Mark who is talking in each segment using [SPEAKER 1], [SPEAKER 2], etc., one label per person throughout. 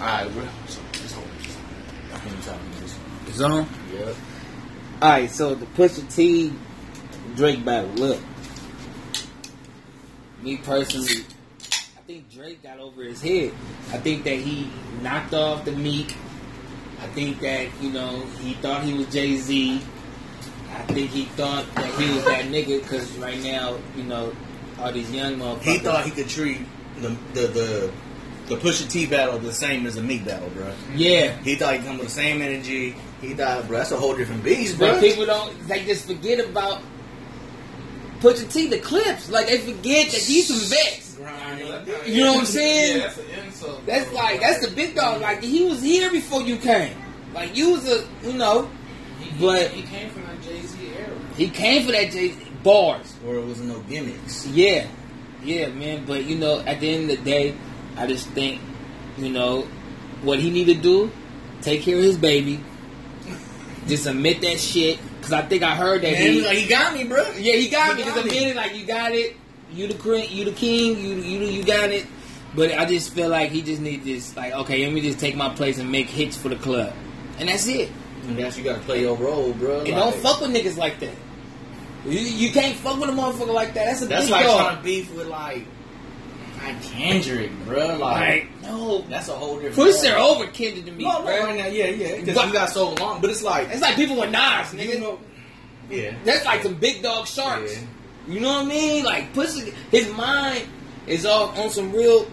[SPEAKER 1] Alright, bro. This one. I can't even talk about this.
[SPEAKER 2] Zone.
[SPEAKER 1] Yeah.
[SPEAKER 2] All right, so the Pusha T Drake battle. Look, me personally, I think Drake got over his head. I think that he knocked off the Meek. I think that you know he thought he was Jay Z. I think he thought that he was that nigga because right now you know all these young motherfuckers.
[SPEAKER 3] He thought he could treat the the the, the Pusha T battle the same as the Meek battle, bro.
[SPEAKER 2] yeah,
[SPEAKER 3] He thought he come with the same energy. He thought, bro, that's a whole different beast, bro.
[SPEAKER 2] But people don't they just forget about Pusha T the clips. Like they forget that he's some vets.
[SPEAKER 3] Grind.
[SPEAKER 2] You know what I'm saying?
[SPEAKER 1] Yeah, that's an insult.
[SPEAKER 2] That's
[SPEAKER 1] bro.
[SPEAKER 2] like that's the big dog. Like he was here before you came. Like you was a you know
[SPEAKER 1] He- he-
[SPEAKER 2] but-
[SPEAKER 1] he came from that Jay Z era.
[SPEAKER 2] he came for that Jay bars.
[SPEAKER 3] Or it was no gimmicks.
[SPEAKER 2] Yeah, yeah, man. But you know, at the end of the day, I just think you know what he need to do: take care of his baby. Just admit that shit. Cause I think I heard that
[SPEAKER 3] And
[SPEAKER 2] he
[SPEAKER 3] he, like, he got me, bro.
[SPEAKER 2] Yeah, he got
[SPEAKER 3] He
[SPEAKER 2] me because
[SPEAKER 3] got
[SPEAKER 2] I'm
[SPEAKER 3] me.
[SPEAKER 2] getting like you got it. You the queen, you the king, you you you got it. But I just feel like he just need this like okay, let me just take my place and make hits for the club, and that's it.
[SPEAKER 3] And that's you gotta play your role, bro.
[SPEAKER 2] And
[SPEAKER 3] Like,
[SPEAKER 2] don't fuck with niggas like that. You, you can't fuck with a motherfucker like that. That's a
[SPEAKER 3] That's
[SPEAKER 2] big
[SPEAKER 3] like
[SPEAKER 2] dog.
[SPEAKER 3] trying to beef with like, like Kendrick, bro. Like,
[SPEAKER 2] Like no,
[SPEAKER 3] that's a whole different.
[SPEAKER 2] push her over Kendrick to me,
[SPEAKER 3] No, no,
[SPEAKER 2] bro.
[SPEAKER 3] right now, yeah, yeah. Because
[SPEAKER 2] But-
[SPEAKER 3] you got so long, but it's like,
[SPEAKER 2] It's like people with Nas, nigga.
[SPEAKER 3] you know, yeah.
[SPEAKER 2] That's like some big dog sharks.
[SPEAKER 3] Yeah.
[SPEAKER 2] You know what I mean? Like pussy. His mind is all on some real.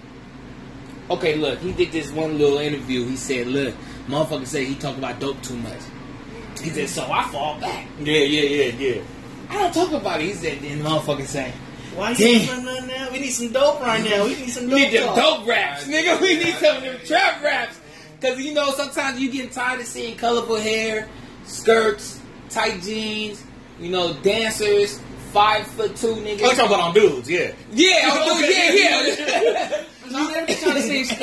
[SPEAKER 2] Okay, look. He did this one little interview. He said, "Look, motherfucker said he talk about dope too much." He said, "So I fall back.
[SPEAKER 3] Yeah, yeah, yeah, yeah.
[SPEAKER 2] I don't talk about it." He said, "Then motherfucker say."
[SPEAKER 3] Why
[SPEAKER 2] Damn.
[SPEAKER 3] you doing nothing now? We need some dope right now. We need some
[SPEAKER 2] We
[SPEAKER 3] dope.
[SPEAKER 2] need them
[SPEAKER 3] talk.
[SPEAKER 2] dope raps, nigga. We need some of them trap raps. Cause you know sometimes you get tired of seeing colorful hair, skirts, tight jeans, you know, dancers, five foot two niggas.
[SPEAKER 3] Oh, you talking about on dudes, yeah.
[SPEAKER 2] Yeah, oh,
[SPEAKER 3] Okay.
[SPEAKER 2] yeah, yeah.
[SPEAKER 3] Not every time to see
[SPEAKER 2] Stir,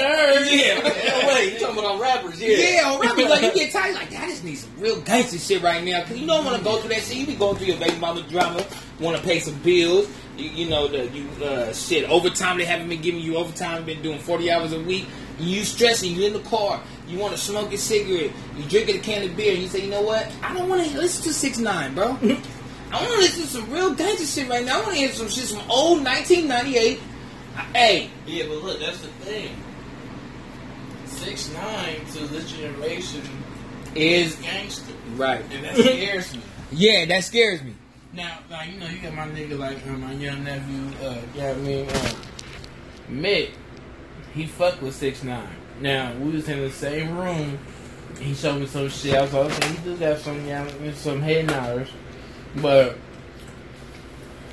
[SPEAKER 3] Yeah, wait, you talking about on rappers, yeah.
[SPEAKER 2] Yeah, on record, like you get tired, like I just need some real gangster shit right now, cause you don't want to go through that shit. You be going through your baby mama drama, want to pay some bills, you, you know the you uh, shit overtime they haven't been giving you overtime, been doing forty hours a week. You stressing, you in the car, you want to smoke a cigarette, you drinking a can of beer, and you say, you know what, I don't want to listen to six nine, bro. I want to listen to some real gangster shit right now. I want to hear some shit from old nineteen ninety eight. Hey,
[SPEAKER 1] Yeah, but look, that's the thing. Six nine to this generation is
[SPEAKER 2] is
[SPEAKER 1] gangster,
[SPEAKER 2] right.
[SPEAKER 1] and that scares me.
[SPEAKER 2] Yeah, that scares me.
[SPEAKER 1] Now, now you know you got my nigga like uh, my young nephew. Uh, you know what I mean? Uh, Mick, he fucked with six nine. Now we was in the same room. He showed me some shit. I was like, okay, he do got some, yeah, I mean, some head nodders, but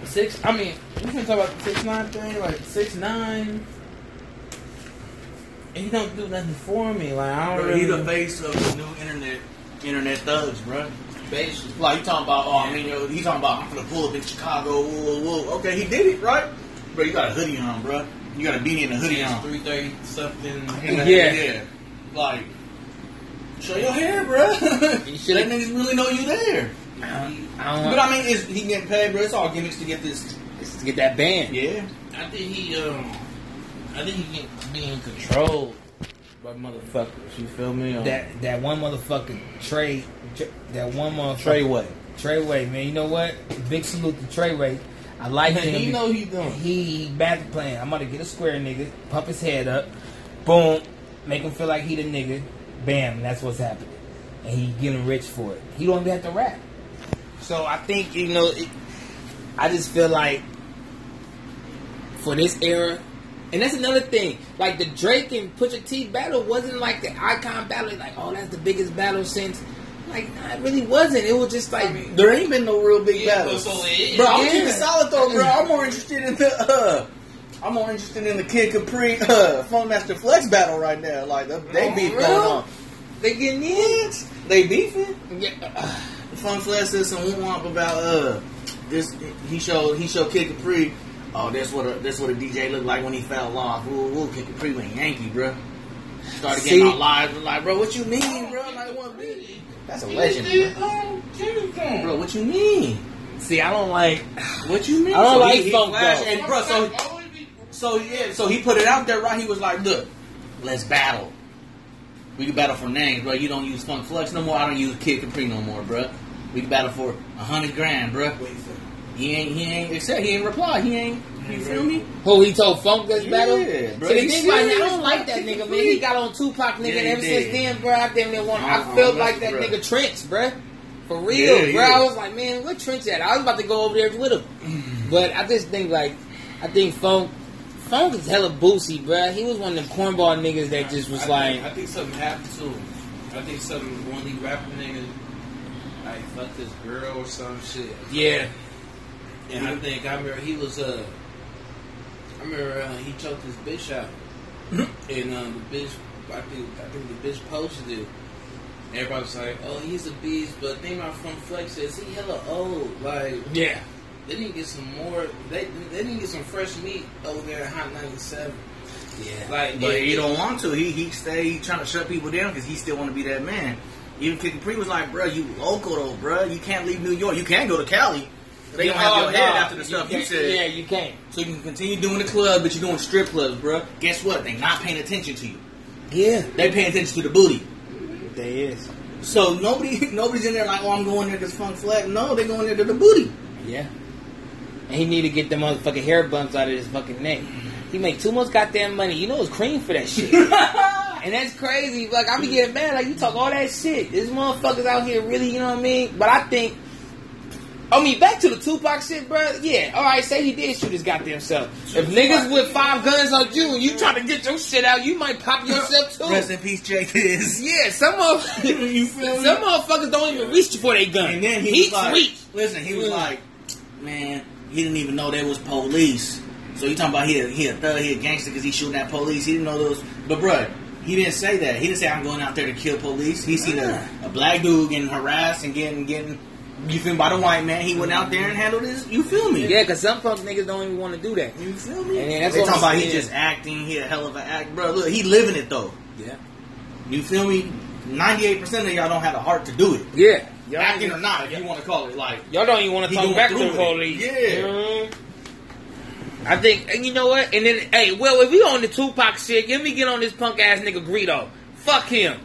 [SPEAKER 1] six. I mean, we can talk about the six nine thing. Like six nine, he don't do nothing for me. Like I don't
[SPEAKER 3] Bro, he
[SPEAKER 1] really.
[SPEAKER 3] the face of the new internet, internet thugs, bro.
[SPEAKER 1] Basically.
[SPEAKER 3] Like you talking about? Oh, I mean, you know, he talking about I'm gonna pull up in Chicago. Whoa, whoa, whoa. Okay, he did it, right? Bro, you got a hoodie on, bro. You got a beanie and a hoodie on.
[SPEAKER 1] three thirty something.
[SPEAKER 2] Yeah.
[SPEAKER 3] yeah. Like, show your hair, bro. that
[SPEAKER 2] You should-
[SPEAKER 3] niggas really know you there.
[SPEAKER 2] I don't, I don't
[SPEAKER 3] But I mean, it's, he getting paid, bro. It's all gimmicks to get this.
[SPEAKER 2] Let's get that band.
[SPEAKER 3] Yeah.
[SPEAKER 1] I think he um, I think he get being controlled by motherfuckers. You feel me? Um,
[SPEAKER 2] That that one motherfucking Trey, Tr- that one motherfucker
[SPEAKER 1] Treyway.
[SPEAKER 2] Treyway, man. You know what? Big salute to Treyway. I like
[SPEAKER 1] Man,
[SPEAKER 2] him.
[SPEAKER 1] he know he doing.
[SPEAKER 2] He bad plan. I'm gonna get a square nigga, pump his head up, boom, make him feel like he the nigga. Bam, that's what's happening, and he getting rich for it. He don't even have to rap. So I think you know, it, I just feel like for this era. And that's another thing. Like the Drake and Pusha T battle wasn't like the icon battle. Like, oh, that's the biggest battle since. Like, nah, it really wasn't. It was just like
[SPEAKER 3] There ain't been no real big
[SPEAKER 1] Yeah,
[SPEAKER 3] battles.
[SPEAKER 1] but so it is.
[SPEAKER 3] Bro, I'm keeping
[SPEAKER 2] Yeah.
[SPEAKER 3] solid though, bro. I'm more interested in the uh I'm more interested in the Kid Capri uh Fun Master Flex battle right now. Like the, they
[SPEAKER 2] Oh,
[SPEAKER 3] beef
[SPEAKER 2] real?
[SPEAKER 3] going on.
[SPEAKER 2] they getting in.
[SPEAKER 3] What? They beefing?
[SPEAKER 2] Yeah.
[SPEAKER 3] Fun Flex said some womp about uh this he showed he showed Kid Capri Oh, that's what a that's what a DJ looked like when he fell off. Woo woo Kid Capri went Yankee, bro. Started
[SPEAKER 2] See?
[SPEAKER 3] getting all live like, bro, what you mean, bro? Like what mean? That's a legend, bro. Bro, what you mean?
[SPEAKER 2] See, I don't like.
[SPEAKER 3] What you mean?
[SPEAKER 2] I don't
[SPEAKER 3] So
[SPEAKER 2] like
[SPEAKER 3] he- he
[SPEAKER 2] funk,
[SPEAKER 3] flashed-
[SPEAKER 2] though.
[SPEAKER 3] And bro, so so yeah, so he put it out there, right? He was like, "Look, let's battle." We can battle for names, bro. You don't use Funk Flex no more. I don't use Kid Capri no more, bro. We can battle for a hundred grand, bro. He ain't, he ain't, except he ain't reply. He ain't, you feel me?
[SPEAKER 2] Who he told Funk that's
[SPEAKER 3] Yeah,
[SPEAKER 2] battle?
[SPEAKER 3] bro,
[SPEAKER 2] See, the
[SPEAKER 3] he
[SPEAKER 2] thing right now, I
[SPEAKER 3] serious,
[SPEAKER 2] don't
[SPEAKER 3] bro.
[SPEAKER 2] like that nigga, man. He got on Tupac, nigga.
[SPEAKER 3] Yeah,
[SPEAKER 2] and
[SPEAKER 3] he
[SPEAKER 2] ever since
[SPEAKER 3] did.
[SPEAKER 2] then, bro, I damn near want.
[SPEAKER 3] I
[SPEAKER 2] I
[SPEAKER 3] don't-
[SPEAKER 2] felt
[SPEAKER 3] I don't
[SPEAKER 2] like
[SPEAKER 3] like
[SPEAKER 2] that
[SPEAKER 3] it, bro.
[SPEAKER 2] nigga Trench, bro. For real,
[SPEAKER 3] Yeah,
[SPEAKER 2] bro.
[SPEAKER 3] yeah.
[SPEAKER 2] I was like, man, what Trench at? I was about to go over there with him, but I just think like, I think Funk, Funk is hella boozy, bro. He was one of them cornball niggas that just was
[SPEAKER 1] I
[SPEAKER 2] like,
[SPEAKER 1] think, I think something happened to him. I think something one of these rapper niggas like fucked this girl or some shit.
[SPEAKER 2] yeah,
[SPEAKER 1] And I think I remember he was uh I remember uh, he choked his bitch out. and um the bitch I think I think the bitch posted it. Everybody was like, Oh he's a beast, but the thing about Funk Flex is he hella old. Like
[SPEAKER 2] yeah.
[SPEAKER 1] they need to get some more they they need to get some fresh meat over there at Hot ninety seven.
[SPEAKER 2] Yeah.
[SPEAKER 1] Like
[SPEAKER 3] But
[SPEAKER 1] it-
[SPEAKER 3] he
[SPEAKER 1] it-
[SPEAKER 3] don't want to. He he stay trying to shut people down because he still want to be that man. Even Kid Capri was like, bro, you local though, bro. You can't leave New York. You can't go to Cali. They don't have your
[SPEAKER 2] no.
[SPEAKER 3] head after the stuff oh, you
[SPEAKER 2] can't-
[SPEAKER 3] said.
[SPEAKER 2] Yeah, you can't.
[SPEAKER 3] So you can continue doing the club, but you're doing strip clubs, bro. Guess what? They not paying attention to you.
[SPEAKER 2] Yeah,
[SPEAKER 3] They paying attention to the booty.
[SPEAKER 2] there is.
[SPEAKER 3] So nobody nobody's in there like, oh, I'm going there because Funk Flat. No, they going there to the booty.
[SPEAKER 2] Yeah. And he need to get the motherfucking hair bumps out of his fucking neck. He make too much goddamn money. You know it's cream for that shit. and that's crazy. Like I be getting mad. Like you talk all that shit. This motherfuckers out here really, you know what I mean? But I think I mean, back to the Tupac shit, bro. Yeah, all right. Say he did shoot his goddamn self. If niggas with five guns on you and you try to get your shit out, you might pop yourself too.
[SPEAKER 3] Rest in peace, Jay Kiss.
[SPEAKER 2] Yeah, some of
[SPEAKER 3] You feel me?
[SPEAKER 2] some motherfuckers don't even reach for their gun.
[SPEAKER 3] And then he, was like,
[SPEAKER 2] reach.
[SPEAKER 3] listen, he was
[SPEAKER 2] Mm.
[SPEAKER 3] like, man, he didn't even know there was police. So you talking about he a, he a thug, he a gangster because he shooting at police. He didn't know those. But bruh, he didn't say that. He didn't say I'm going out there to kill police. He seen a, a black dude getting harassed and getting getting you feel me, by the white man. He went out there and handled his. You feel me?
[SPEAKER 2] Yeah, cause some fuck niggas don't even want to do that.
[SPEAKER 3] You feel me?
[SPEAKER 2] And then that's
[SPEAKER 3] they
[SPEAKER 2] what
[SPEAKER 3] talking
[SPEAKER 2] I'm
[SPEAKER 3] about he
[SPEAKER 2] saying.
[SPEAKER 3] just acting. He a hell of an act, bro. Look, he living it though.
[SPEAKER 2] Yeah.
[SPEAKER 3] You feel me? Ninety eight percent of y'all don't have the heart to do it,
[SPEAKER 2] Yeah.
[SPEAKER 3] acting or not, if you want to call it. Like
[SPEAKER 2] Y'all don't even want to
[SPEAKER 3] He
[SPEAKER 2] talk
[SPEAKER 3] going
[SPEAKER 2] back to
[SPEAKER 3] through
[SPEAKER 2] the
[SPEAKER 3] it.
[SPEAKER 2] police.
[SPEAKER 3] Yeah.
[SPEAKER 2] Mhm. I think, and you know what? And then, hey, well, if we on the Tupac shit, let me get on this punk ass nigga Greedo. Fuck him.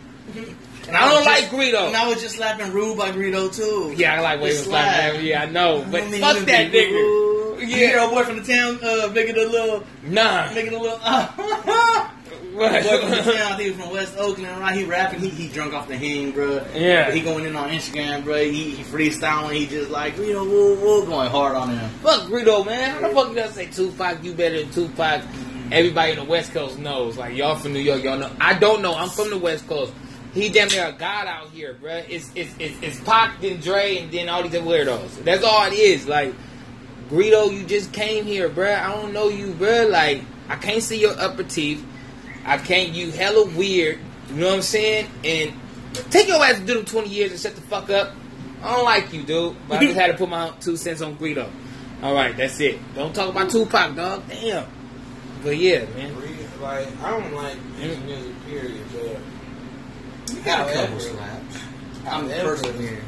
[SPEAKER 3] And
[SPEAKER 2] I don't
[SPEAKER 3] was
[SPEAKER 2] like
[SPEAKER 3] just-
[SPEAKER 2] Greedo.
[SPEAKER 3] And I was just slapping Rude by Greedo too.
[SPEAKER 2] Yeah, I like Waving
[SPEAKER 3] Just
[SPEAKER 2] Black.
[SPEAKER 3] slap.
[SPEAKER 2] Yeah, I know,
[SPEAKER 3] You
[SPEAKER 2] but
[SPEAKER 3] know what I mean?
[SPEAKER 2] fuck
[SPEAKER 3] You
[SPEAKER 2] that
[SPEAKER 3] be
[SPEAKER 2] nigga.
[SPEAKER 3] rude.
[SPEAKER 2] Yeah.
[SPEAKER 3] You hear old boy from the town uh, making the little,
[SPEAKER 2] Nah.
[SPEAKER 3] making the little. Uh, boy from the
[SPEAKER 2] What?
[SPEAKER 3] town, he was from West Oakland, right? He rapping, he, he drunk off the hang, bro.
[SPEAKER 2] Yeah.
[SPEAKER 3] he going in on Instagram, bro. He, he freestyling, he just like you know, woo, woo, going hard on him.
[SPEAKER 2] fuck Greedo, man. How the fuck you gonna say Tupac? You better than Tupac. Everybody in the West Coast knows. Like y'all from New York, y'all know. I don't know. I'm from the West Coast. He damn near a god out here, bruh. It's it's it's, it's Pac, then Dre, and then all these other weirdos. That's all it is. Like Greedo, you just came here, bruh. I don't know you, bruh. Like I can't see your upper teeth. I can't. You hella weird. You know what I'm saying? And take your ass to do them 20 years and shut the fuck up. I don't like you, dude. But I just had to put my two cents on Greedo. All right, that's it. Don't talk about Tupac, dog. Damn. But yeah, man.
[SPEAKER 1] Re- Like I don't like his music period, but
[SPEAKER 3] You
[SPEAKER 1] However.
[SPEAKER 3] slaps. I'm
[SPEAKER 1] However.
[SPEAKER 3] persevering.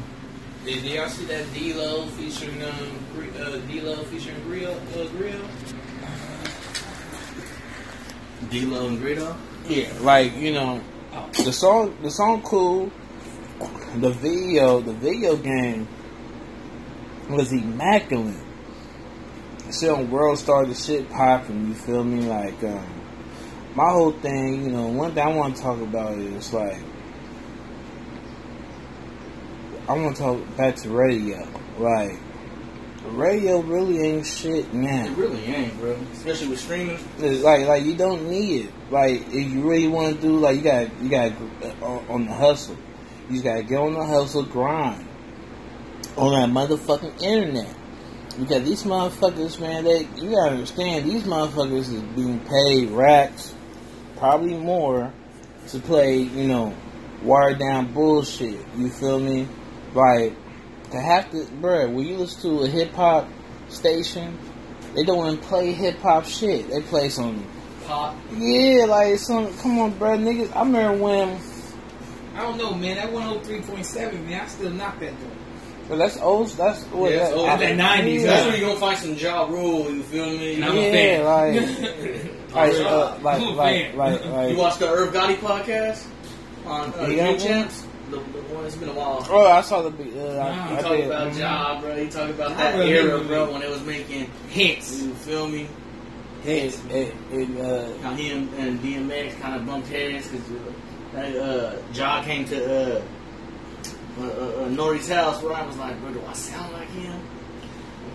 [SPEAKER 1] did, did y'all see that D-Lo featuring um Gre- uh, D-Lo featuring Grill uh, Grill?
[SPEAKER 3] D-Lo and Greedo.
[SPEAKER 1] Yeah, like you know, the song the song cool. The video the video game was immaculate. Shit on World Star the shit popping. You feel me? Like um, my whole thing, you know, one thing I want to talk about is like I want to talk back to radio. Like radio really ain't shit now.
[SPEAKER 3] It really ain't, bro. Especially with streaming.
[SPEAKER 1] It's like like you don't need it. Like if you really want to do, like you got you got on, on the hustle. You just gotta get on the hustle, grind on that motherfucking internet. Because these motherfuckers, man, they you gotta understand these motherfuckers is being paid racks, probably more, to play you know watered down bullshit. You feel me? Like to have to, bruh, When you listen to a hip hop station, they don't even play hip hop shit. They play some
[SPEAKER 2] Pop.
[SPEAKER 1] yeah, like some come on, bruh, niggas. I remember when,
[SPEAKER 2] I don't know, man. That 103.7, man. I still knock that door.
[SPEAKER 1] but that's old. That's what
[SPEAKER 3] Yeah,
[SPEAKER 1] that,
[SPEAKER 3] it's old.
[SPEAKER 1] I-
[SPEAKER 2] That 90s,
[SPEAKER 1] oh. Yeah,
[SPEAKER 3] That's where you gonna find some jaw rule. You feel me?
[SPEAKER 2] And I'm
[SPEAKER 1] yeah,
[SPEAKER 2] a fan.
[SPEAKER 1] like, like, uh, like,
[SPEAKER 2] I'm a
[SPEAKER 1] like,
[SPEAKER 2] fan.
[SPEAKER 1] like, like,
[SPEAKER 3] You watch the Irv Gotti podcast? on uh,
[SPEAKER 1] You got
[SPEAKER 3] Big
[SPEAKER 1] one?
[SPEAKER 3] Champs. The, the one, it's been a while.
[SPEAKER 1] Oh, I saw the. be- Uh,
[SPEAKER 3] You
[SPEAKER 1] I, I
[SPEAKER 3] talk
[SPEAKER 1] did.
[SPEAKER 3] about
[SPEAKER 1] Mhm.
[SPEAKER 3] job, bro. You talk about
[SPEAKER 2] I
[SPEAKER 3] that
[SPEAKER 2] remember,
[SPEAKER 3] era,
[SPEAKER 2] bro.
[SPEAKER 3] bro, when it was making.
[SPEAKER 2] Hence,
[SPEAKER 3] You feel me?
[SPEAKER 1] It, it, it, uh,
[SPEAKER 3] How him and DMX kind of bumped heads because uh, Ja came to uh, uh, uh, Nori's house where I was like, bro, do I sound like him?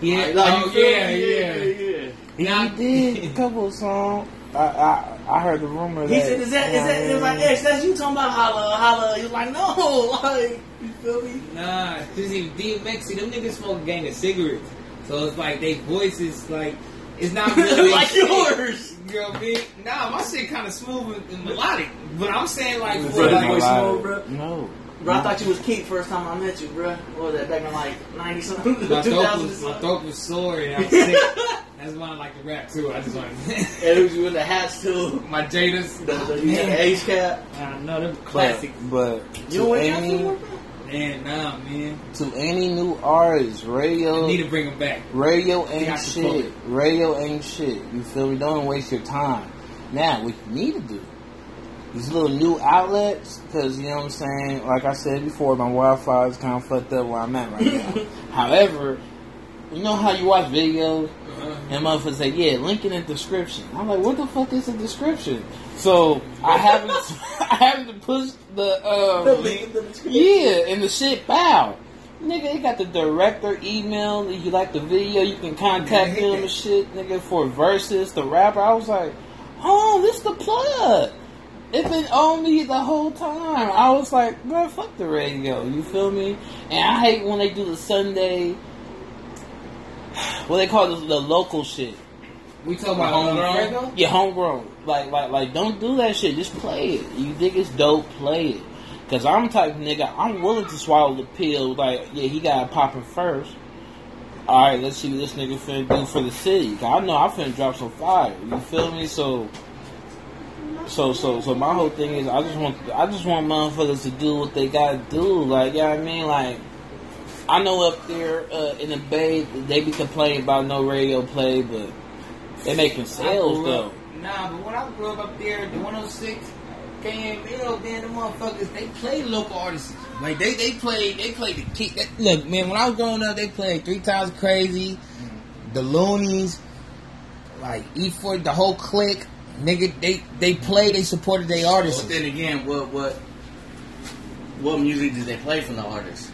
[SPEAKER 2] yeah,
[SPEAKER 3] Like, like,
[SPEAKER 2] oh,
[SPEAKER 3] you feel
[SPEAKER 2] yeah,
[SPEAKER 3] me?
[SPEAKER 2] yeah,
[SPEAKER 3] yeah, yeah.
[SPEAKER 1] he
[SPEAKER 2] Nah.
[SPEAKER 1] did a couple of songs. I, I I heard the rumor
[SPEAKER 3] He
[SPEAKER 1] that
[SPEAKER 3] said, "Is that is that is like X? That's you talking about holla holla?" He was like, "No, like you feel me?
[SPEAKER 2] Nah, cause even DMX, see, them niggas smoke a gang of cigarettes, so it's like they voices like it's not really
[SPEAKER 3] like
[SPEAKER 2] shit.
[SPEAKER 3] yours."
[SPEAKER 2] You know what I mean? Nah, my shit kind of smooth and, and melodic, but I'm saying like,
[SPEAKER 3] It's
[SPEAKER 2] for,
[SPEAKER 3] like
[SPEAKER 2] like
[SPEAKER 3] voice
[SPEAKER 1] Nah.
[SPEAKER 3] mode, bro.
[SPEAKER 1] No,
[SPEAKER 3] Bro, I thought you was Keith first time I met you, bro. What was that back in like ninety something, two
[SPEAKER 2] my throat
[SPEAKER 3] thousand
[SPEAKER 2] was my
[SPEAKER 3] something?
[SPEAKER 2] throat was sore and I was sick. That's why I like to rap too. I just want
[SPEAKER 3] And it was you in the hats too.
[SPEAKER 2] my Jada's.
[SPEAKER 3] The, the, you had the H cap.
[SPEAKER 2] I know them
[SPEAKER 1] but,
[SPEAKER 2] classic.
[SPEAKER 1] but
[SPEAKER 3] You don't
[SPEAKER 1] to
[SPEAKER 3] wear hats anymore,
[SPEAKER 1] any
[SPEAKER 3] bro.
[SPEAKER 2] Man, nah, man,
[SPEAKER 1] to any new artists, radio,
[SPEAKER 2] need to bring them back.
[SPEAKER 1] radio
[SPEAKER 2] Yeah, I
[SPEAKER 1] ain't
[SPEAKER 2] support
[SPEAKER 1] shit.
[SPEAKER 2] it.
[SPEAKER 1] Radio ain't shit. You feel me? Don't waste your time. Now, what you need to do these little new outlets, because you know what I'm saying. Like I said before, my Wi-Fi is kind of fucked up where I'm at right now. However, you know how you watch videos.
[SPEAKER 2] Uh,
[SPEAKER 1] And motherfucker said, yeah, link in the description. I'm like, what the fuck is a description? So I haven't I haven't pushed the
[SPEAKER 3] The
[SPEAKER 1] um
[SPEAKER 3] link in the description.
[SPEAKER 1] Yeah, and the shit bow. Nigga, they got the director email. If you like the video, you can contact
[SPEAKER 2] Yeah, I hate
[SPEAKER 1] them
[SPEAKER 2] that.
[SPEAKER 1] and shit, nigga, for verses, the rapper. I was like, oh, this the plug. It's been on me the whole time. I was like, bro, fuck the radio. You feel me? And I hate when they do the Sunday, what they call the, the local shit.
[SPEAKER 2] we talking about
[SPEAKER 3] Homegrown?
[SPEAKER 2] homegrown.
[SPEAKER 1] Yeah, homegrown. Like, like, like, don't do that shit. Just play it. You think it's dope? Play it. Cause I'm the type of nigga. I'm willing to swallow the pill. Like, yeah, he got it popping first. All right, let's see what this nigga finna do for the city. 'Cause I know I finna drop some fire. You feel me? So, so, so, so my whole thing is I just want, I just want motherfuckers to do what they gotta do. Like, you know what I mean? Like, I know up there uh, in the Bay, they be complaining about no radio play, but they making sales
[SPEAKER 2] I grew
[SPEAKER 1] though.
[SPEAKER 2] up- Nah, but when I grew up up there, the 106 KML, man, the motherfuckers, they play local artists. Like they, they played, they played the kick. That, look, man, when I was growing up, they played Three Times Crazy, the Loonies, like E40, the whole clique. Nigga, they they played, they supported their artists.
[SPEAKER 3] But then again, what what what music did they play from the artist?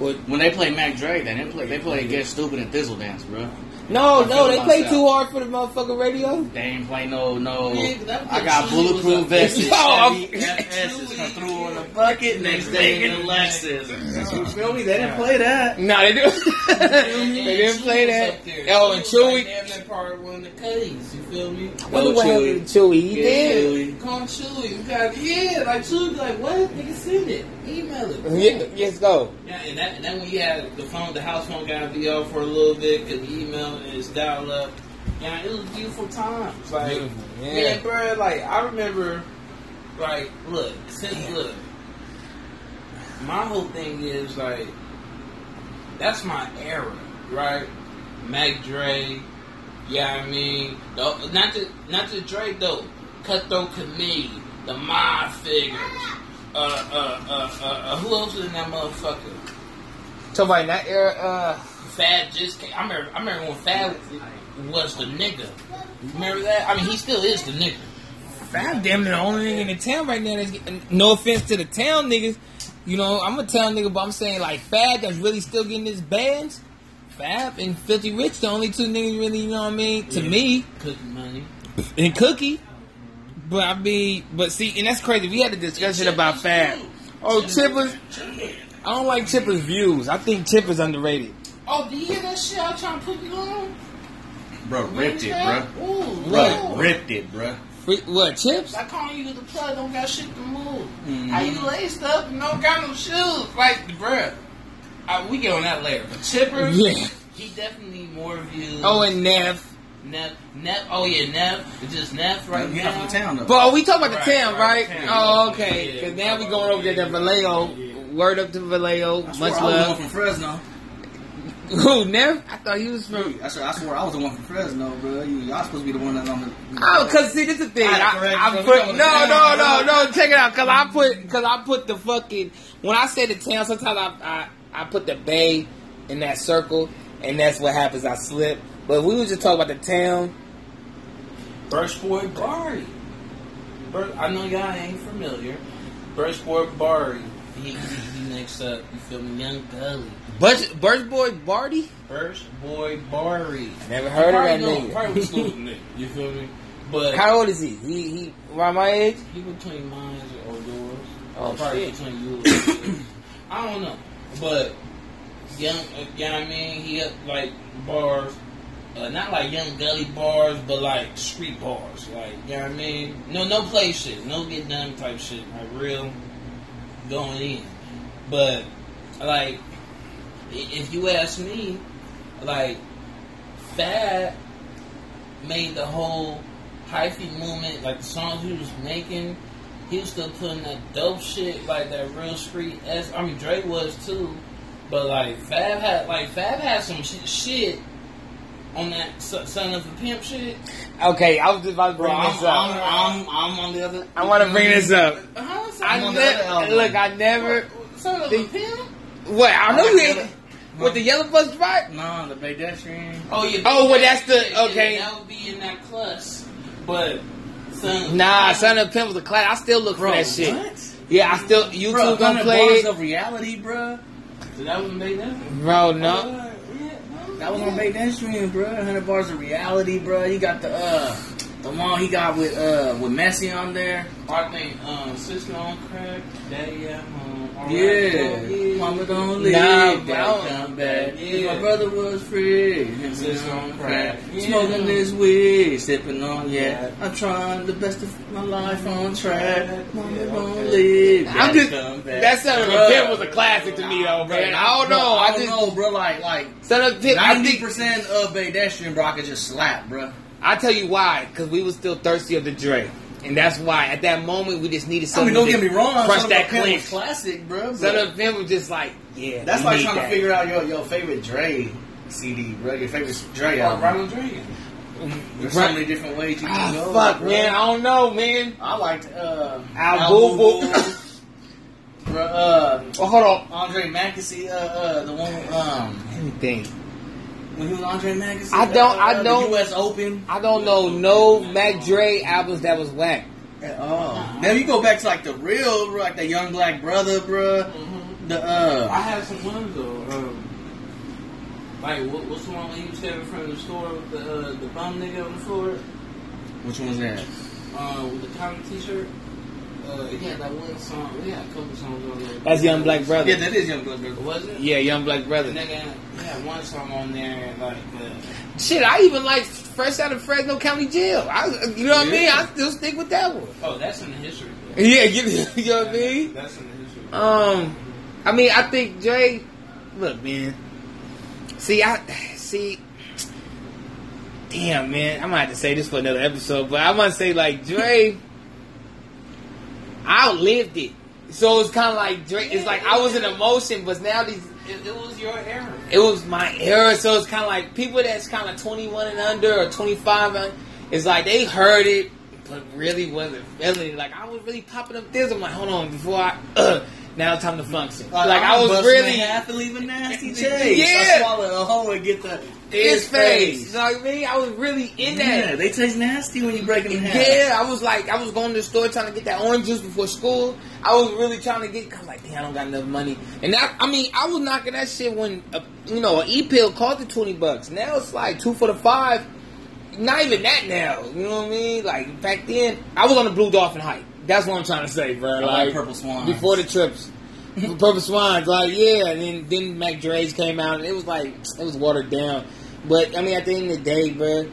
[SPEAKER 2] What-
[SPEAKER 3] When they play Mac Dre, they didn't play. They play Get Stupid and Thistle Dance, bro.
[SPEAKER 2] No, no, they played
[SPEAKER 3] Myself.
[SPEAKER 2] too hard for the motherfucking radio.
[SPEAKER 3] They ain't play no no.
[SPEAKER 2] Yeah, 'cause that was
[SPEAKER 3] I got
[SPEAKER 2] like-
[SPEAKER 3] bulletproof vests.
[SPEAKER 2] Yo, Oh, I'm-
[SPEAKER 3] FS threw in a bucket. Next day in the Lexus. You feel me? They didn't play that.
[SPEAKER 2] Nah, they didn't. they didn't play that. Oh, and Chewy.
[SPEAKER 1] that part one of the cuties, you feel me?
[SPEAKER 2] Wonder what
[SPEAKER 3] Chewy.
[SPEAKER 2] happened to Chewy. He did.
[SPEAKER 1] Call him Chewy. You got yeah, like Chewy be like, what? Nigga send it. Email it.
[SPEAKER 2] Yeah, yes, go.
[SPEAKER 1] Yeah, and that and then when you had the phone the house phone gotta be out for a little bit, cause the email is dial up. Yeah, it was beautiful times. Like
[SPEAKER 2] Yeah.
[SPEAKER 1] man, bro, like I remember like look, since look my whole thing is like that's my era, right? Mac Dre, yeah, I mean, the, not the not the Dre though. Cutthroat Camille, the Mob figure. Uh, uh, uh, uh, uh, who else was in that motherfucker?
[SPEAKER 2] So like that era, uh,
[SPEAKER 1] Fab just came. I remember. I remember when Fab was the nigga. Remember that? I mean, he still is the nigga.
[SPEAKER 2] Fab damn near the only nigga in the town right now. That's getting, no offense to the town niggas, you know I'm a town nigga, but I'm saying like Fab that's really still getting his bands. Fab and Filthy Rich, the only two niggas really, you know what I mean, to me
[SPEAKER 1] Cookie money.
[SPEAKER 2] and Cookie. But I mean, but see, and that's crazy. We had a discussion about Fab. Oh, Chipper's. I don't like Chipper's views. I think Chipper's underrated.
[SPEAKER 1] Oh, do you hear that shit? I'm trying to put you on.
[SPEAKER 3] Bro ripped it, bro.
[SPEAKER 1] Ooh,
[SPEAKER 3] Bro
[SPEAKER 1] Lord.
[SPEAKER 3] ripped it, bro.
[SPEAKER 2] Freak- What Chips?
[SPEAKER 1] I call you the plug, don't got shit to move.
[SPEAKER 2] Mm-hmm.
[SPEAKER 3] Mm-hmm.
[SPEAKER 1] How you laced up and don't got no shoes? Like, bruh,
[SPEAKER 2] Uh,
[SPEAKER 1] I, we get on that later. But Chipper,
[SPEAKER 2] Yeah.
[SPEAKER 1] he definitely need more views.
[SPEAKER 2] Oh, and Neff.
[SPEAKER 1] Neff, Neff, oh yeah, Neff, it's just Neff right
[SPEAKER 3] You
[SPEAKER 1] now.
[SPEAKER 3] got from the town though.
[SPEAKER 2] But are we talking about the
[SPEAKER 1] Right,
[SPEAKER 2] town, right?
[SPEAKER 1] right, town.
[SPEAKER 2] Oh, okay.
[SPEAKER 1] Yeah.
[SPEAKER 2] Because now we going over there to Vallejo. Word up to Vallejo.
[SPEAKER 3] I swear
[SPEAKER 2] Much
[SPEAKER 3] I was the one
[SPEAKER 2] love.
[SPEAKER 3] from Fresno.
[SPEAKER 2] Who, Neff? I thought he was from.
[SPEAKER 3] I swear, I swear I was the one from Fresno, bro. You, y'all supposed to be the one that's on the.
[SPEAKER 2] Oh, cause see, this is the thing.
[SPEAKER 3] Alright,
[SPEAKER 2] I,
[SPEAKER 3] correct.
[SPEAKER 2] I
[SPEAKER 3] So we
[SPEAKER 2] put
[SPEAKER 3] going
[SPEAKER 2] no,
[SPEAKER 3] down,
[SPEAKER 2] no, no,
[SPEAKER 3] bro.
[SPEAKER 2] no. Check it out, cause I put, cause I put the fucking. When I say the town, sometimes I, I, I put the bay in that circle, and that's what happens. I slip. But if we was just talking about the town.
[SPEAKER 1] Birchport Bari. Bir- I know y'all ain't familiar. Birchport Bari. He, he, he next up. You feel me? Young Gully.
[SPEAKER 2] Birch, Birch Boy Barty?
[SPEAKER 1] Birchboy Bari.
[SPEAKER 2] Never heard of that
[SPEAKER 1] Probably know- Probably was
[SPEAKER 2] nigga.
[SPEAKER 1] Snoop nigga. You feel me? But
[SPEAKER 2] How old is he? He he around my age?
[SPEAKER 1] he between mine or yours.
[SPEAKER 2] Oh,
[SPEAKER 1] probably
[SPEAKER 2] shit.
[SPEAKER 1] between you. and yours. I don't know, but young, uh, you know what I mean? He up like bars, uh, not like young gully bars, but like street bars. Like you know what I mean? No, no play shit, no get done type shit. Like real going in, but like i- if you ask me, like Fab made the whole hyphy movement, like the songs he was making, he was still putting that dope shit, like that real street ass. I mean, Drake was too, but like Fab had, like Fab had some sh- shit on that Son son of a Pimp shit.
[SPEAKER 2] Okay, I was just about to
[SPEAKER 3] Bro,
[SPEAKER 2] bring
[SPEAKER 3] I'm,
[SPEAKER 2] this
[SPEAKER 3] I'm,
[SPEAKER 2] up.
[SPEAKER 3] I'm, I'm on the other.
[SPEAKER 2] I want to bring this up.
[SPEAKER 1] Huh? Son
[SPEAKER 2] I
[SPEAKER 3] I'm on the other
[SPEAKER 2] ne-
[SPEAKER 3] album.
[SPEAKER 2] look. I never.
[SPEAKER 1] son of a Pimp?
[SPEAKER 2] What I know
[SPEAKER 3] on
[SPEAKER 2] you
[SPEAKER 3] the
[SPEAKER 2] ain't
[SPEAKER 3] other-
[SPEAKER 2] with the yellow bus drive.
[SPEAKER 3] No, the pedestrian.
[SPEAKER 1] Oh yeah.
[SPEAKER 2] Oh, well, that's the- okay.
[SPEAKER 1] That would be in that class, but son,
[SPEAKER 2] Nah, son of a pimp was a class. I still look for that shit.
[SPEAKER 3] What?
[SPEAKER 2] Yeah, I still YouTube
[SPEAKER 3] Bro,
[SPEAKER 2] gonna
[SPEAKER 3] 100
[SPEAKER 2] play
[SPEAKER 3] bars
[SPEAKER 2] it.
[SPEAKER 3] of reality, bro.
[SPEAKER 1] that was made up.
[SPEAKER 2] Bro, no.
[SPEAKER 3] That was on Big Stream, bro. 100 bars of reality, bro. You got the uh, the one he got with uh, with Messi on there.
[SPEAKER 1] I think um, sister on crack, daddy at home. all right,
[SPEAKER 3] Yeah,
[SPEAKER 1] so, yeah.
[SPEAKER 3] mama don't
[SPEAKER 2] Nah,
[SPEAKER 3] leave,
[SPEAKER 2] bro.
[SPEAKER 3] daddy come back. If
[SPEAKER 1] Yeah.
[SPEAKER 3] my brother was free, him
[SPEAKER 1] Sister on
[SPEAKER 3] on
[SPEAKER 1] crack.
[SPEAKER 3] crack,
[SPEAKER 1] Yeah.
[SPEAKER 3] smoking this weed, sipping on yeah.
[SPEAKER 1] Yeah.
[SPEAKER 3] I'm trying the best of my life on track. Mama
[SPEAKER 1] Yeah,
[SPEAKER 3] don't
[SPEAKER 1] okay.
[SPEAKER 3] leave,
[SPEAKER 2] I'm
[SPEAKER 3] daddy
[SPEAKER 2] just
[SPEAKER 3] come back.
[SPEAKER 2] that son of a
[SPEAKER 3] Bro.
[SPEAKER 2] pimp was a classic to me though,
[SPEAKER 3] Bro,
[SPEAKER 2] man. I don't
[SPEAKER 3] bro,
[SPEAKER 2] know. I
[SPEAKER 3] I don't
[SPEAKER 2] just
[SPEAKER 3] know, bro. Like, like
[SPEAKER 2] son of a pimp. I
[SPEAKER 3] ninety
[SPEAKER 2] think
[SPEAKER 3] percent of pedestrian, bro, I could just slap, bro.
[SPEAKER 2] I tell you why, because we was still thirsty of the Dre, and that's why at that moment we just needed
[SPEAKER 3] I mean,
[SPEAKER 2] something.
[SPEAKER 3] don't
[SPEAKER 2] to
[SPEAKER 3] get me wrong.
[SPEAKER 2] Crush
[SPEAKER 3] Son of a
[SPEAKER 2] that
[SPEAKER 3] Pimp was
[SPEAKER 2] clinch.
[SPEAKER 3] classic, bro.
[SPEAKER 2] Son
[SPEAKER 3] but-
[SPEAKER 2] of a pimp was just like, yeah.
[SPEAKER 3] That's
[SPEAKER 2] we
[SPEAKER 3] like
[SPEAKER 2] need
[SPEAKER 3] trying
[SPEAKER 2] that.
[SPEAKER 3] to figure out your your favorite Dre CD, bro. Your favorite Dre
[SPEAKER 1] Or
[SPEAKER 3] album.
[SPEAKER 1] Ronald Reagan.
[SPEAKER 3] There's so many different ways you can
[SPEAKER 2] Ah,
[SPEAKER 3] go.
[SPEAKER 2] fuck,
[SPEAKER 3] bro.
[SPEAKER 2] man. I don't know, man.
[SPEAKER 3] I liked uh,
[SPEAKER 2] Al Boo Boo.
[SPEAKER 3] bro, uh,
[SPEAKER 2] Well, hold on.
[SPEAKER 3] Andre Mackesy, uh, uh, the one um,
[SPEAKER 2] Let me think.
[SPEAKER 3] when he was Andre Mackesy.
[SPEAKER 2] I don't-
[SPEAKER 3] uh,
[SPEAKER 2] I
[SPEAKER 3] the
[SPEAKER 2] don't-
[SPEAKER 3] U.S. Open
[SPEAKER 2] I don't know no Mac Dre albums that was whack.
[SPEAKER 3] at all. Now you go back to like the real, bro, like the Young Black Brother, bro. The
[SPEAKER 1] Mm-hmm. I
[SPEAKER 3] uh,
[SPEAKER 1] had some ones though. Um, like what, what's the one when he was standing in front of the store with the uh, the bum nigga on the floor
[SPEAKER 3] which one was that?
[SPEAKER 1] uh, with the common T-shirt. Uh, he had that one song. We had a couple songs on there.
[SPEAKER 2] That's Young Black
[SPEAKER 3] Yeah,
[SPEAKER 2] Brother.
[SPEAKER 3] that is Young Black Brother.
[SPEAKER 1] Was it?
[SPEAKER 2] Yeah, Young Black
[SPEAKER 1] And
[SPEAKER 2] Brother.
[SPEAKER 1] then we had one song on there like. Uh,
[SPEAKER 2] Shit, I even like Fresh Out of Fresno County Jail. I, you know what I mean? I still stick with that one.
[SPEAKER 1] oh, that's in the history. book.
[SPEAKER 2] Yeah, you, you know what I mean?
[SPEAKER 1] That's in the history. book.
[SPEAKER 2] Um, I mean, I think Dre. Look, man. See, I see. Damn, man. I'm gonna have to say this for another episode, but I'm gonna say like Dre. I outlived it, so it's kind of like Dre. It's like I was an emotion, but now these.
[SPEAKER 1] It, it was your era.
[SPEAKER 2] It was my era, so it's kind of like people that's kind of 21 and under or 25. and- It's like they heard it, but really wasn't feeling it. Like I was really popping up this. I'm like, hold on, before I uh, now it's time to function. Like, I was really
[SPEAKER 3] half and leave a nasty
[SPEAKER 2] Chase.
[SPEAKER 3] chase.
[SPEAKER 2] Yeah.
[SPEAKER 3] I swallowed a hoe and get the
[SPEAKER 2] this face. You know what I mean? I was really in
[SPEAKER 3] Yeah,
[SPEAKER 2] that.
[SPEAKER 3] they taste nasty when you break them in half.
[SPEAKER 2] Yeah, I was like, I was going to the store trying to get that orange juice before school. I was really trying to get. I'm like, damn, I don't got enough money. And I, I mean, I was knocking that shit when, uh, you know, an e pill cost the twenty bucks. Now it's like two for the five. Not even that now. You know what I mean? Like back then, I was on the Blue Dolphin hype. That's what I'm trying to say, bro.
[SPEAKER 3] I like Purple Swans.
[SPEAKER 2] before the trips. Purple Swans, like yeah, and then then Mac Dre's came out, and it was like it was watered down. But I mean, at the end of the day, bro,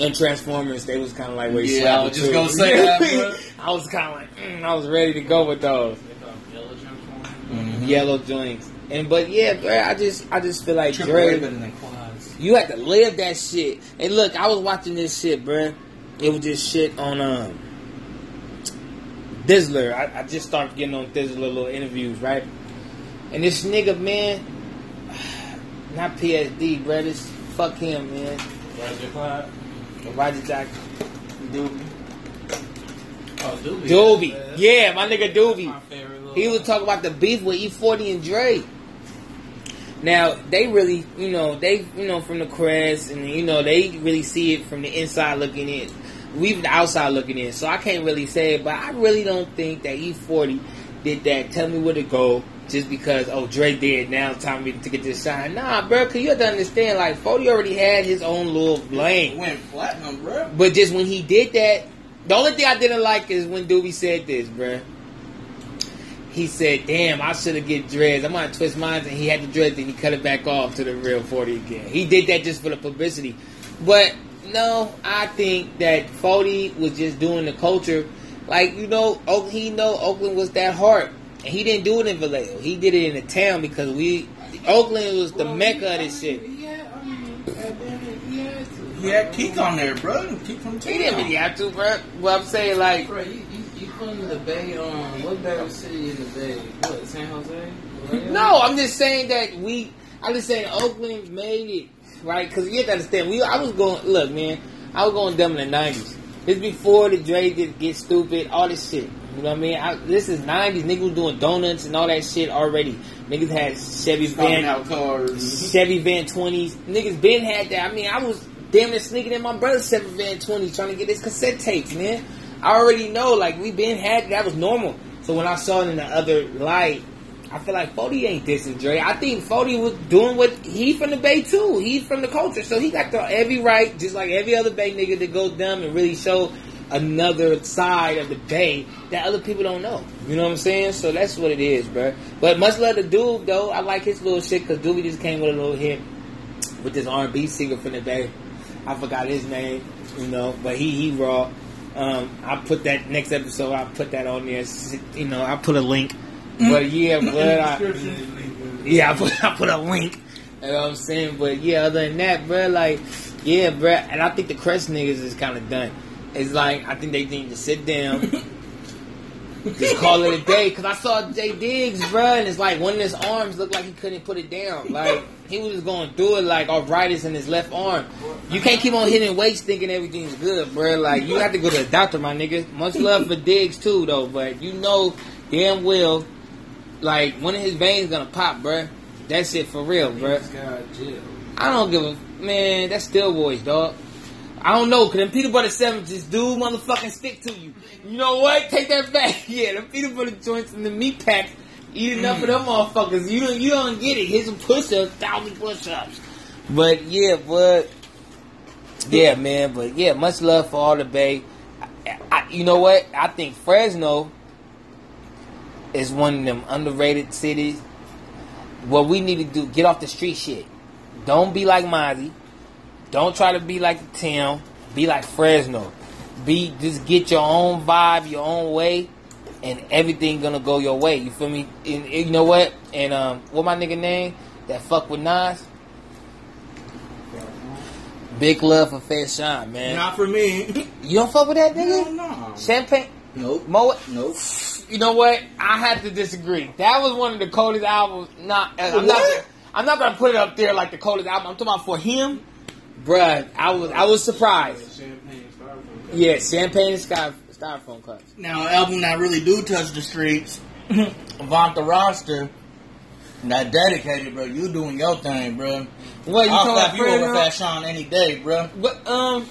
[SPEAKER 2] and Transformers, they was kind of like where you
[SPEAKER 3] Yeah,
[SPEAKER 2] slapped
[SPEAKER 3] I was
[SPEAKER 2] it
[SPEAKER 3] just
[SPEAKER 2] too.
[SPEAKER 3] gonna say that, bro.
[SPEAKER 2] I was kind of like, mm, I was ready to go with those
[SPEAKER 1] They call it Yellow Transformers.
[SPEAKER 3] Mm-hmm.
[SPEAKER 2] yellow joints. And but yeah, bro, I just I just feel like
[SPEAKER 3] Triple A
[SPEAKER 2] Dre,
[SPEAKER 3] better than quads.
[SPEAKER 2] you had to live that shit. And look, I was watching this shit, bruh. It was just shit on um Dizzler. I, I just started getting on Dizzler little interviews, right? And this nigga, man, Not PSD, bro. This fuck him, man.
[SPEAKER 1] Roger Clyde.
[SPEAKER 2] Roger Jack. Doobie.
[SPEAKER 1] Oh, Doobie.
[SPEAKER 2] Doobie. Yeah, my nigga Doobie.
[SPEAKER 1] My favorite little-
[SPEAKER 2] He was talking about the beef with E40 and Drake. Now they really, you know, they, you know, from the crest, and you know, they really see it from the inside looking in. We've the outside looking in, so I can't really say it. But I really don't think that E40 did that. Tell me where to go, just because oh Drake did. Now it's time for me to get this shine. Nah, bro, cause you have to understand. Like 40 already had his own little lane.
[SPEAKER 3] Went platinum, bro.
[SPEAKER 2] But just when he did that, the only thing I didn't like is when Doobie said this, bruh. He said, "Damn, I should have get dreads. I'm gonna twist mine." And he had the dreads, and he cut it back off to the real forty again. He did that just for the publicity. But no, I think that forty was just doing the culture, like you know, Oak- he know Oakland was that hard, and he didn't do it in Vallejo. He did it in the town because we Oakland was the
[SPEAKER 1] Well,
[SPEAKER 2] mecca
[SPEAKER 1] he-
[SPEAKER 2] of this shit.
[SPEAKER 1] Yeah, I mean, goddamn it, he had to.
[SPEAKER 3] He had Keek on there, bro. Keek from
[SPEAKER 2] He didn't really have to, bro. But I'm saying like.
[SPEAKER 1] Bro, you, you, you from the Bay on what Bay City in the Bay? What San Jose?
[SPEAKER 2] No, I'm just saying that we. I'm just saying Oakland made it right because you have to understand. We I was going look, man. I was going dumb in the '90s. This before the Dre did get stupid, all this shit. You know what I mean? I, this is '90s. Niggas was doing donuts and all that shit already. Niggas had Chevy
[SPEAKER 3] Calling
[SPEAKER 2] Van,
[SPEAKER 3] out cars.
[SPEAKER 2] Chevy Van 20s. Niggas Ben had that. I mean, I was damn near sneaking in my brother's Chevy Van 20s trying to get his cassette tapes, man. I already know, like, we been had that was normal. So when I saw it in the other light, I feel like 40 ain't dissing Dre. I think 40 was doing what he from the Bay too. He from the culture. So he got the every right, just like every other Bay nigga, to go dumb and really show another side of the Bay that other people don't know. You know what I'm saying? So that's what it is, bruh. But much love to Doob though. I like his little shit because Doobie just came with a little hit with this R&B singer from the Bay. I forgot his name, you know, but he he raw. Um, I put that next episode. I put that on there. S- You know, I put a link. But yeah, but I, yeah, I put, I put a link. You know what I'm saying? But yeah, other than that, bruh, like, yeah, bruh. And I think the Crest niggas is kind of done. It's like, I think they need to sit down, just call it a day. Because I saw Jay Diggs, bruh, and it's like one of his arms looked like he couldn't put it down. Like, he was just going through it like arthritis in his left arm. You can't keep on hitting weights thinking everything's good, bruh. Like, you have to go to the doctor, my nigga. Much love for Diggs, too, though. But you know damn well, like, one of his veins gonna pop, bruh. That shit for real, bruh.
[SPEAKER 1] got jail.
[SPEAKER 2] I don't give a man. That's still boys, dog. I don't know, cause them peanut butter sandwiches do motherfucking stick to you. You know what? Take that back. Yeah, the peanut butter joints and the meat packs. Eat enough of them motherfuckers. You don't, you don't get it. Here's some push-ups, thousand push-ups. But yeah, but yeah, man. But yeah, much love for all the Bay. I, I, you know what? I think Fresno is one of them underrated cities. What we need to do get off the street shit. Don't be like Mozzie. Don't try to be like the town. Be like Fresno. Be just get your own vibe, your own way, and everything gonna go your way. You feel me? And, and you know what? And um, what my nigga name that fuck with Nas? Big love for Fair Shine, man.
[SPEAKER 3] Not for me.
[SPEAKER 2] You don't fuck with that nigga?
[SPEAKER 3] no.
[SPEAKER 2] Champagne,
[SPEAKER 3] Nope.
[SPEAKER 2] Moet.
[SPEAKER 3] Nope.
[SPEAKER 2] You know what? I have to disagree. That was one of the coldest albums. Not, uh, I'm not.
[SPEAKER 3] What?
[SPEAKER 2] I'm not gonna put it up there like the coldest album. I'm talking about for him, bruh. I was I was surprised.
[SPEAKER 1] Champagne Starbucks.
[SPEAKER 2] Yeah, Champagne and Sky, Styrofoam cups.
[SPEAKER 3] Now, an album that really do touch the streets,
[SPEAKER 2] Mm-hmm.
[SPEAKER 3] Vaunt the Roster, that dedicated, bro. You doing your thing, bro.
[SPEAKER 2] What you
[SPEAKER 3] I'll
[SPEAKER 2] talking about?
[SPEAKER 3] slap you over
[SPEAKER 2] Fresno?
[SPEAKER 3] Fat Sean any day, bro.
[SPEAKER 2] But um,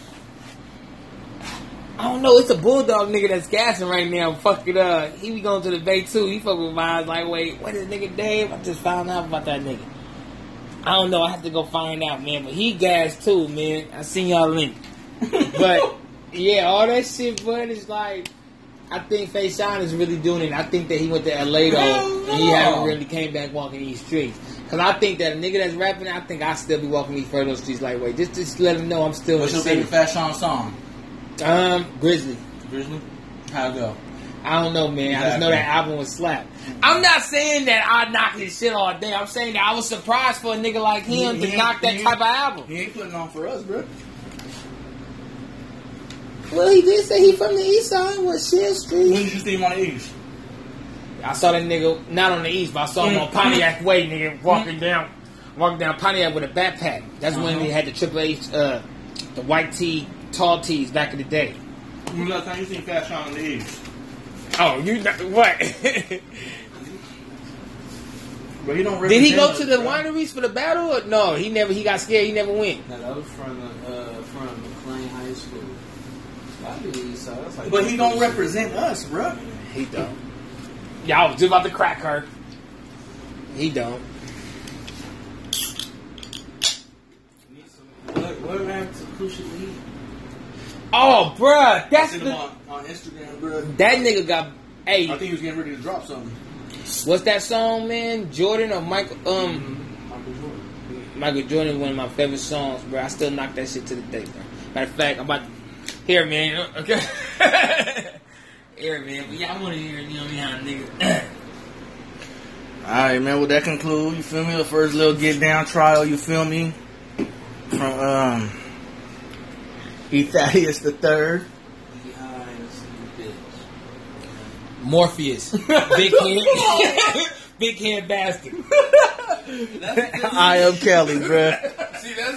[SPEAKER 2] I don't know. It's a bulldog nigga that's gassing right now. Fuck it up. He be going to the bay too. He fuck with mine. Like, wait, what is nigga Dave? I just found out about that nigga. I don't know. I have to go find out, man. But he gassed too, man. I seen y'all link. But yeah, all that shit, bud. Is like, I think Faye Shine is really doing it. I think that he went to LA though,
[SPEAKER 3] Hell
[SPEAKER 2] and he
[SPEAKER 3] no.
[SPEAKER 2] haven't really came back walking these streets. Cause I think that a nigga that's rapping, I think I still be walking these further streets like, wait, just just let him know I'm still
[SPEAKER 3] What's
[SPEAKER 2] in
[SPEAKER 3] your
[SPEAKER 2] the
[SPEAKER 3] favorite Fat
[SPEAKER 2] city.
[SPEAKER 3] Sean song?
[SPEAKER 2] Um, Grizzly.
[SPEAKER 3] Grizzly? How it go?
[SPEAKER 2] I don't know, man. I just know that album was slap. I'm not saying that I knock his shit all day. I'm saying that I was surprised for a nigga like him to
[SPEAKER 3] Yeah,
[SPEAKER 2] knock that
[SPEAKER 3] yeah.
[SPEAKER 2] type of album.
[SPEAKER 3] He ain't putting on for us, bro.
[SPEAKER 2] Well, he did say he from the east side, was Shell Street.
[SPEAKER 3] When did you see him on the East?
[SPEAKER 2] Mm. I saw that nigga not on the east, but I saw him on Pontiac Way, nigga, walking down walking down Pontiac with a backpack. That's when
[SPEAKER 3] Uh-huh.
[SPEAKER 2] they had the Triple H, uh, the white tee, tall tees back in the day.
[SPEAKER 4] When last time you seen Fat Sean in the East?
[SPEAKER 2] Oh, you not, what? Did
[SPEAKER 4] But he don't.
[SPEAKER 2] he go
[SPEAKER 4] represent
[SPEAKER 2] to the
[SPEAKER 4] us, bro.
[SPEAKER 2] wineries for the battle? Or no, he never. He got scared. He never went.
[SPEAKER 5] No, that was from the, uh, from McLean High School. I believe so. That's like
[SPEAKER 3] But he don't represent us, bro.
[SPEAKER 2] He don't. Yeah, I was just about to crack her. He don't.
[SPEAKER 5] What, what happened to Crucial League?
[SPEAKER 2] Oh, bruh, that's
[SPEAKER 3] Send him
[SPEAKER 2] the,
[SPEAKER 3] on, on Instagram, bro.
[SPEAKER 2] that nigga got. Hey,
[SPEAKER 3] I think he was getting ready to drop something.
[SPEAKER 2] What's that song, man? Jordan or Michael? Um,
[SPEAKER 5] Michael Jordan.
[SPEAKER 2] Michael Jordan is one of my favorite songs, bro. I still knock that shit to the day, bro. Matter of fact, I'm about to, here, man. Okay, here, man. But y'all want to hear, you know me, how a nigga.
[SPEAKER 3] All right, man. Well, that conclude. You feel me? The first little get down trial. You feel me? From um, Ethadius the third.
[SPEAKER 5] Behind the bitch.
[SPEAKER 2] Morpheus, big head, big head bastard.
[SPEAKER 5] That's,
[SPEAKER 3] I am Kelly, bruh.